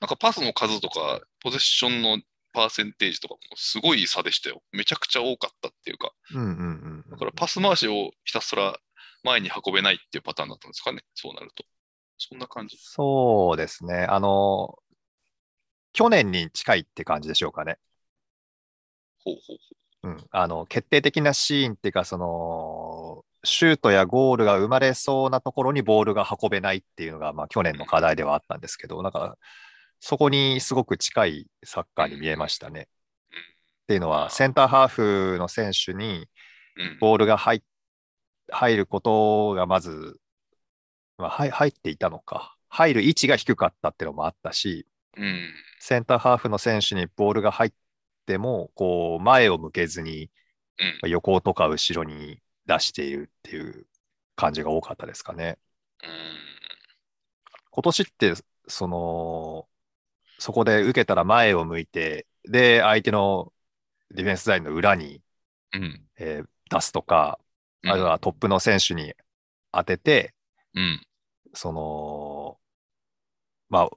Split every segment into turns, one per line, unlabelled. なんかパスの数とか、ポゼッションのパーセンテージとかもすごい差でしたよ。めちゃくちゃ多かったっていうか、
うんうんうんうん。
だからパス回しをひたすら前に運べないっていうパターンだったんですかね、そうなると。そんな感じ。
そうですね。あの、去年に近いって感じでしょうかね。
ほうほう
うん、あの決定的なシーンっていうか、そのシュートやゴールが生まれそうなところにボールが運べないっていうのが、まあ、去年の課題ではあったんですけど、なんかそこにすごく近いサッカーに見えましたね。
うん
っていうのは、センターハーフの選手に
ほう。うん。
ボールが入っ入ることがまず、まあ、はい入っていたのか、入る位置が低かったっていうのもあったし、
うん。
センターハーフの選手にボールが入っても、こう、前を向けずに
うん、
横とか後ろに出しているっていう感じが多かったですかね。
うん
今年って、その、そこで受けたら前を向いて、で、相手のディフェンスラインの裏に、
うん。
えー出すとか、あるいはトップの選手に当てて、
うん。
その、まあ、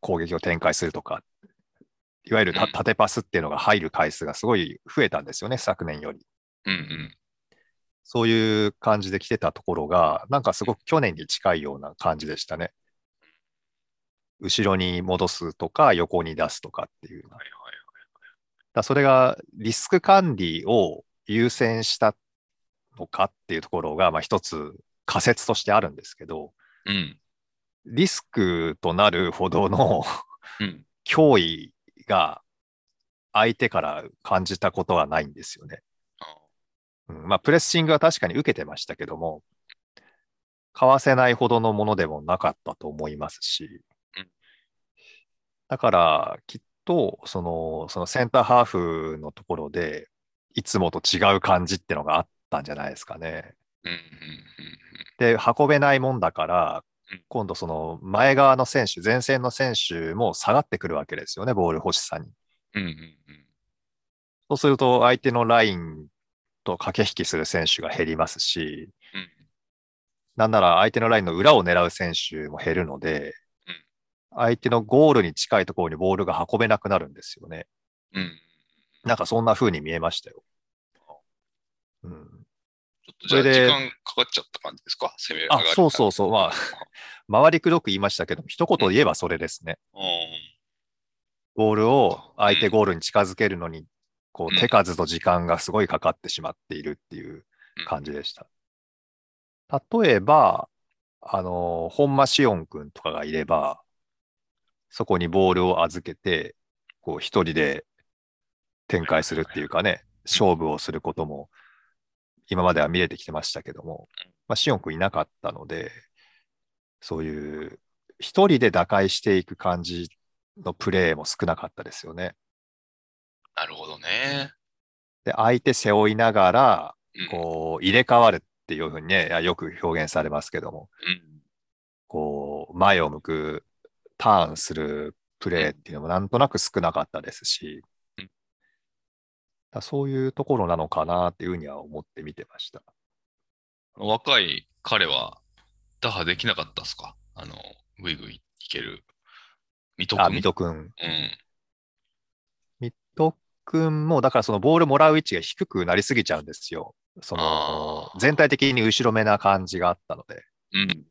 攻撃を展開するとか、いわゆるた
うん
縦パスっていうのが入る回数がすごい増えたんですよね、昨年より。
うん。うん。
そういう感じで来てたところが、なんかすごく去年に近いような感じでしたね。後ろに戻すとか、横に出すとかっていうような。
はいはい。
だそれがリスク管理を優先したのかっていうところが、まあ、一つ仮説としてあるんですけど、
うん。
リスクとなるほどの
うん。
脅威が相手から感じたことはないんですよね。
あ
うん、まあ、プレッシングは確かに受けてましたけども、かわせないほどのものでもなかったと思いますし
うん、
だから、きっと、その、そのセンターハーフのところで、いつもと違う感じってのがあったんじゃないですかね。
うん。うん。
で、運べないもんだから
うん、
今度その前側の選手、前線の選手も下がってくるわけですよね、ボール欲しさに。
うん。うん。うん。うん。
そうすると相手のラインと駆け引きする選手が減りますし、
うん。
なんなら相手のラインの裏を狙う選手も減るので
うん、
相手のゴールに近いところにボールが運べなくなるんですよね。
うん。
なんかそんな風に見えましたよ。うん、
ちょっとじゃあ
それ
時
で
間かかっちゃった感じですか攻め上が
あ
りから。
そうそうそうまあ回りくどく言いましたけど、一言言えばそれですね。
うん。
ボールを相手ゴールに近づけるのに、こう手数と時間がすごいかかってしまっているっていう感じでした。例えば、あの、本間紫音くんとかがいれば、そこにボールを預けて、こう一人で展開するっていうかね、勝負をすることも今までは見れてきてましたけども、まあ、紫音くんいなかったので、そういう一人で打開していく感じのプレーも少なかったですよね。
なるほどね。
で、相手背負いながら、
うん
こう、入れ替わるっていうふうにね、いやよく表現されますけども、
うん。
こう、前を向く、ターンするプレーっていうのもなんとなく少なかったですし
うん、
だそういうところなのかなっていうふうには思って見てました。
あの若い彼は打破できなかったですかあの、ぐいぐいいける。水戸君。
あ、水戸くん。
うん。
水戸くんも、だからそのボールもらう位置が低くなりすぎちゃうんですよ。その
あ、ー
全体的に後ろめな感じがあったので。
うん。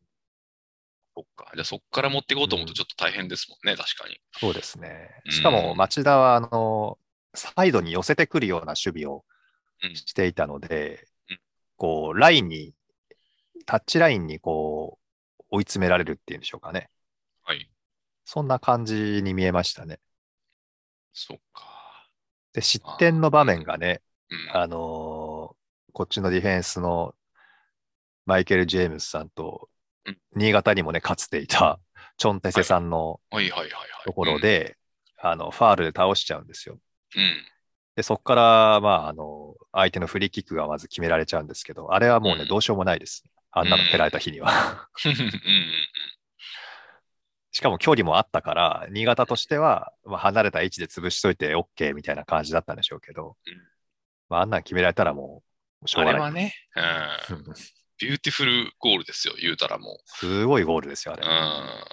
そっか。じゃあそっから持っていこうと思うとちょっと大変ですもんね、確かに。
そうですね。
うん
しかも町田は、あの、サイドに寄せてくるような守備を
うん
していたので
うん、
こう、ラインに、タッチラインにこう、追い詰められるっていうんでしょうかね。
はい。
そんな感じに見えましたね。
そっか。
で、失点の場面がね、
うん。
あのーこっちのディフェンスのマイケル・ジェームスさんと
うん、
新潟にもね、かつていたチョンテセさんの
はいはいはいはい。
ところで、あの、ファールで倒しちゃうんですよ。
うん。うん。
で、そこから、まあ、あの、相手のフリーキックがまず決められちゃうんですけど、あれはもうね、
うん
どうしようもないです。あんなの蹴られた日には。
うん。
しかも距離もあったから、新潟としては、まあ、離れた位置で潰しといて OK みたいな感じだったんでしょうけど
うん、
まあ、あんなん決められたらもう、しょ
あ
う
れ
が
は
ない。
ね、うん、
うん
ビューティフルゴールですよ、言うたらも
すごいゴールですよ、あ
う。
れ
う。ん、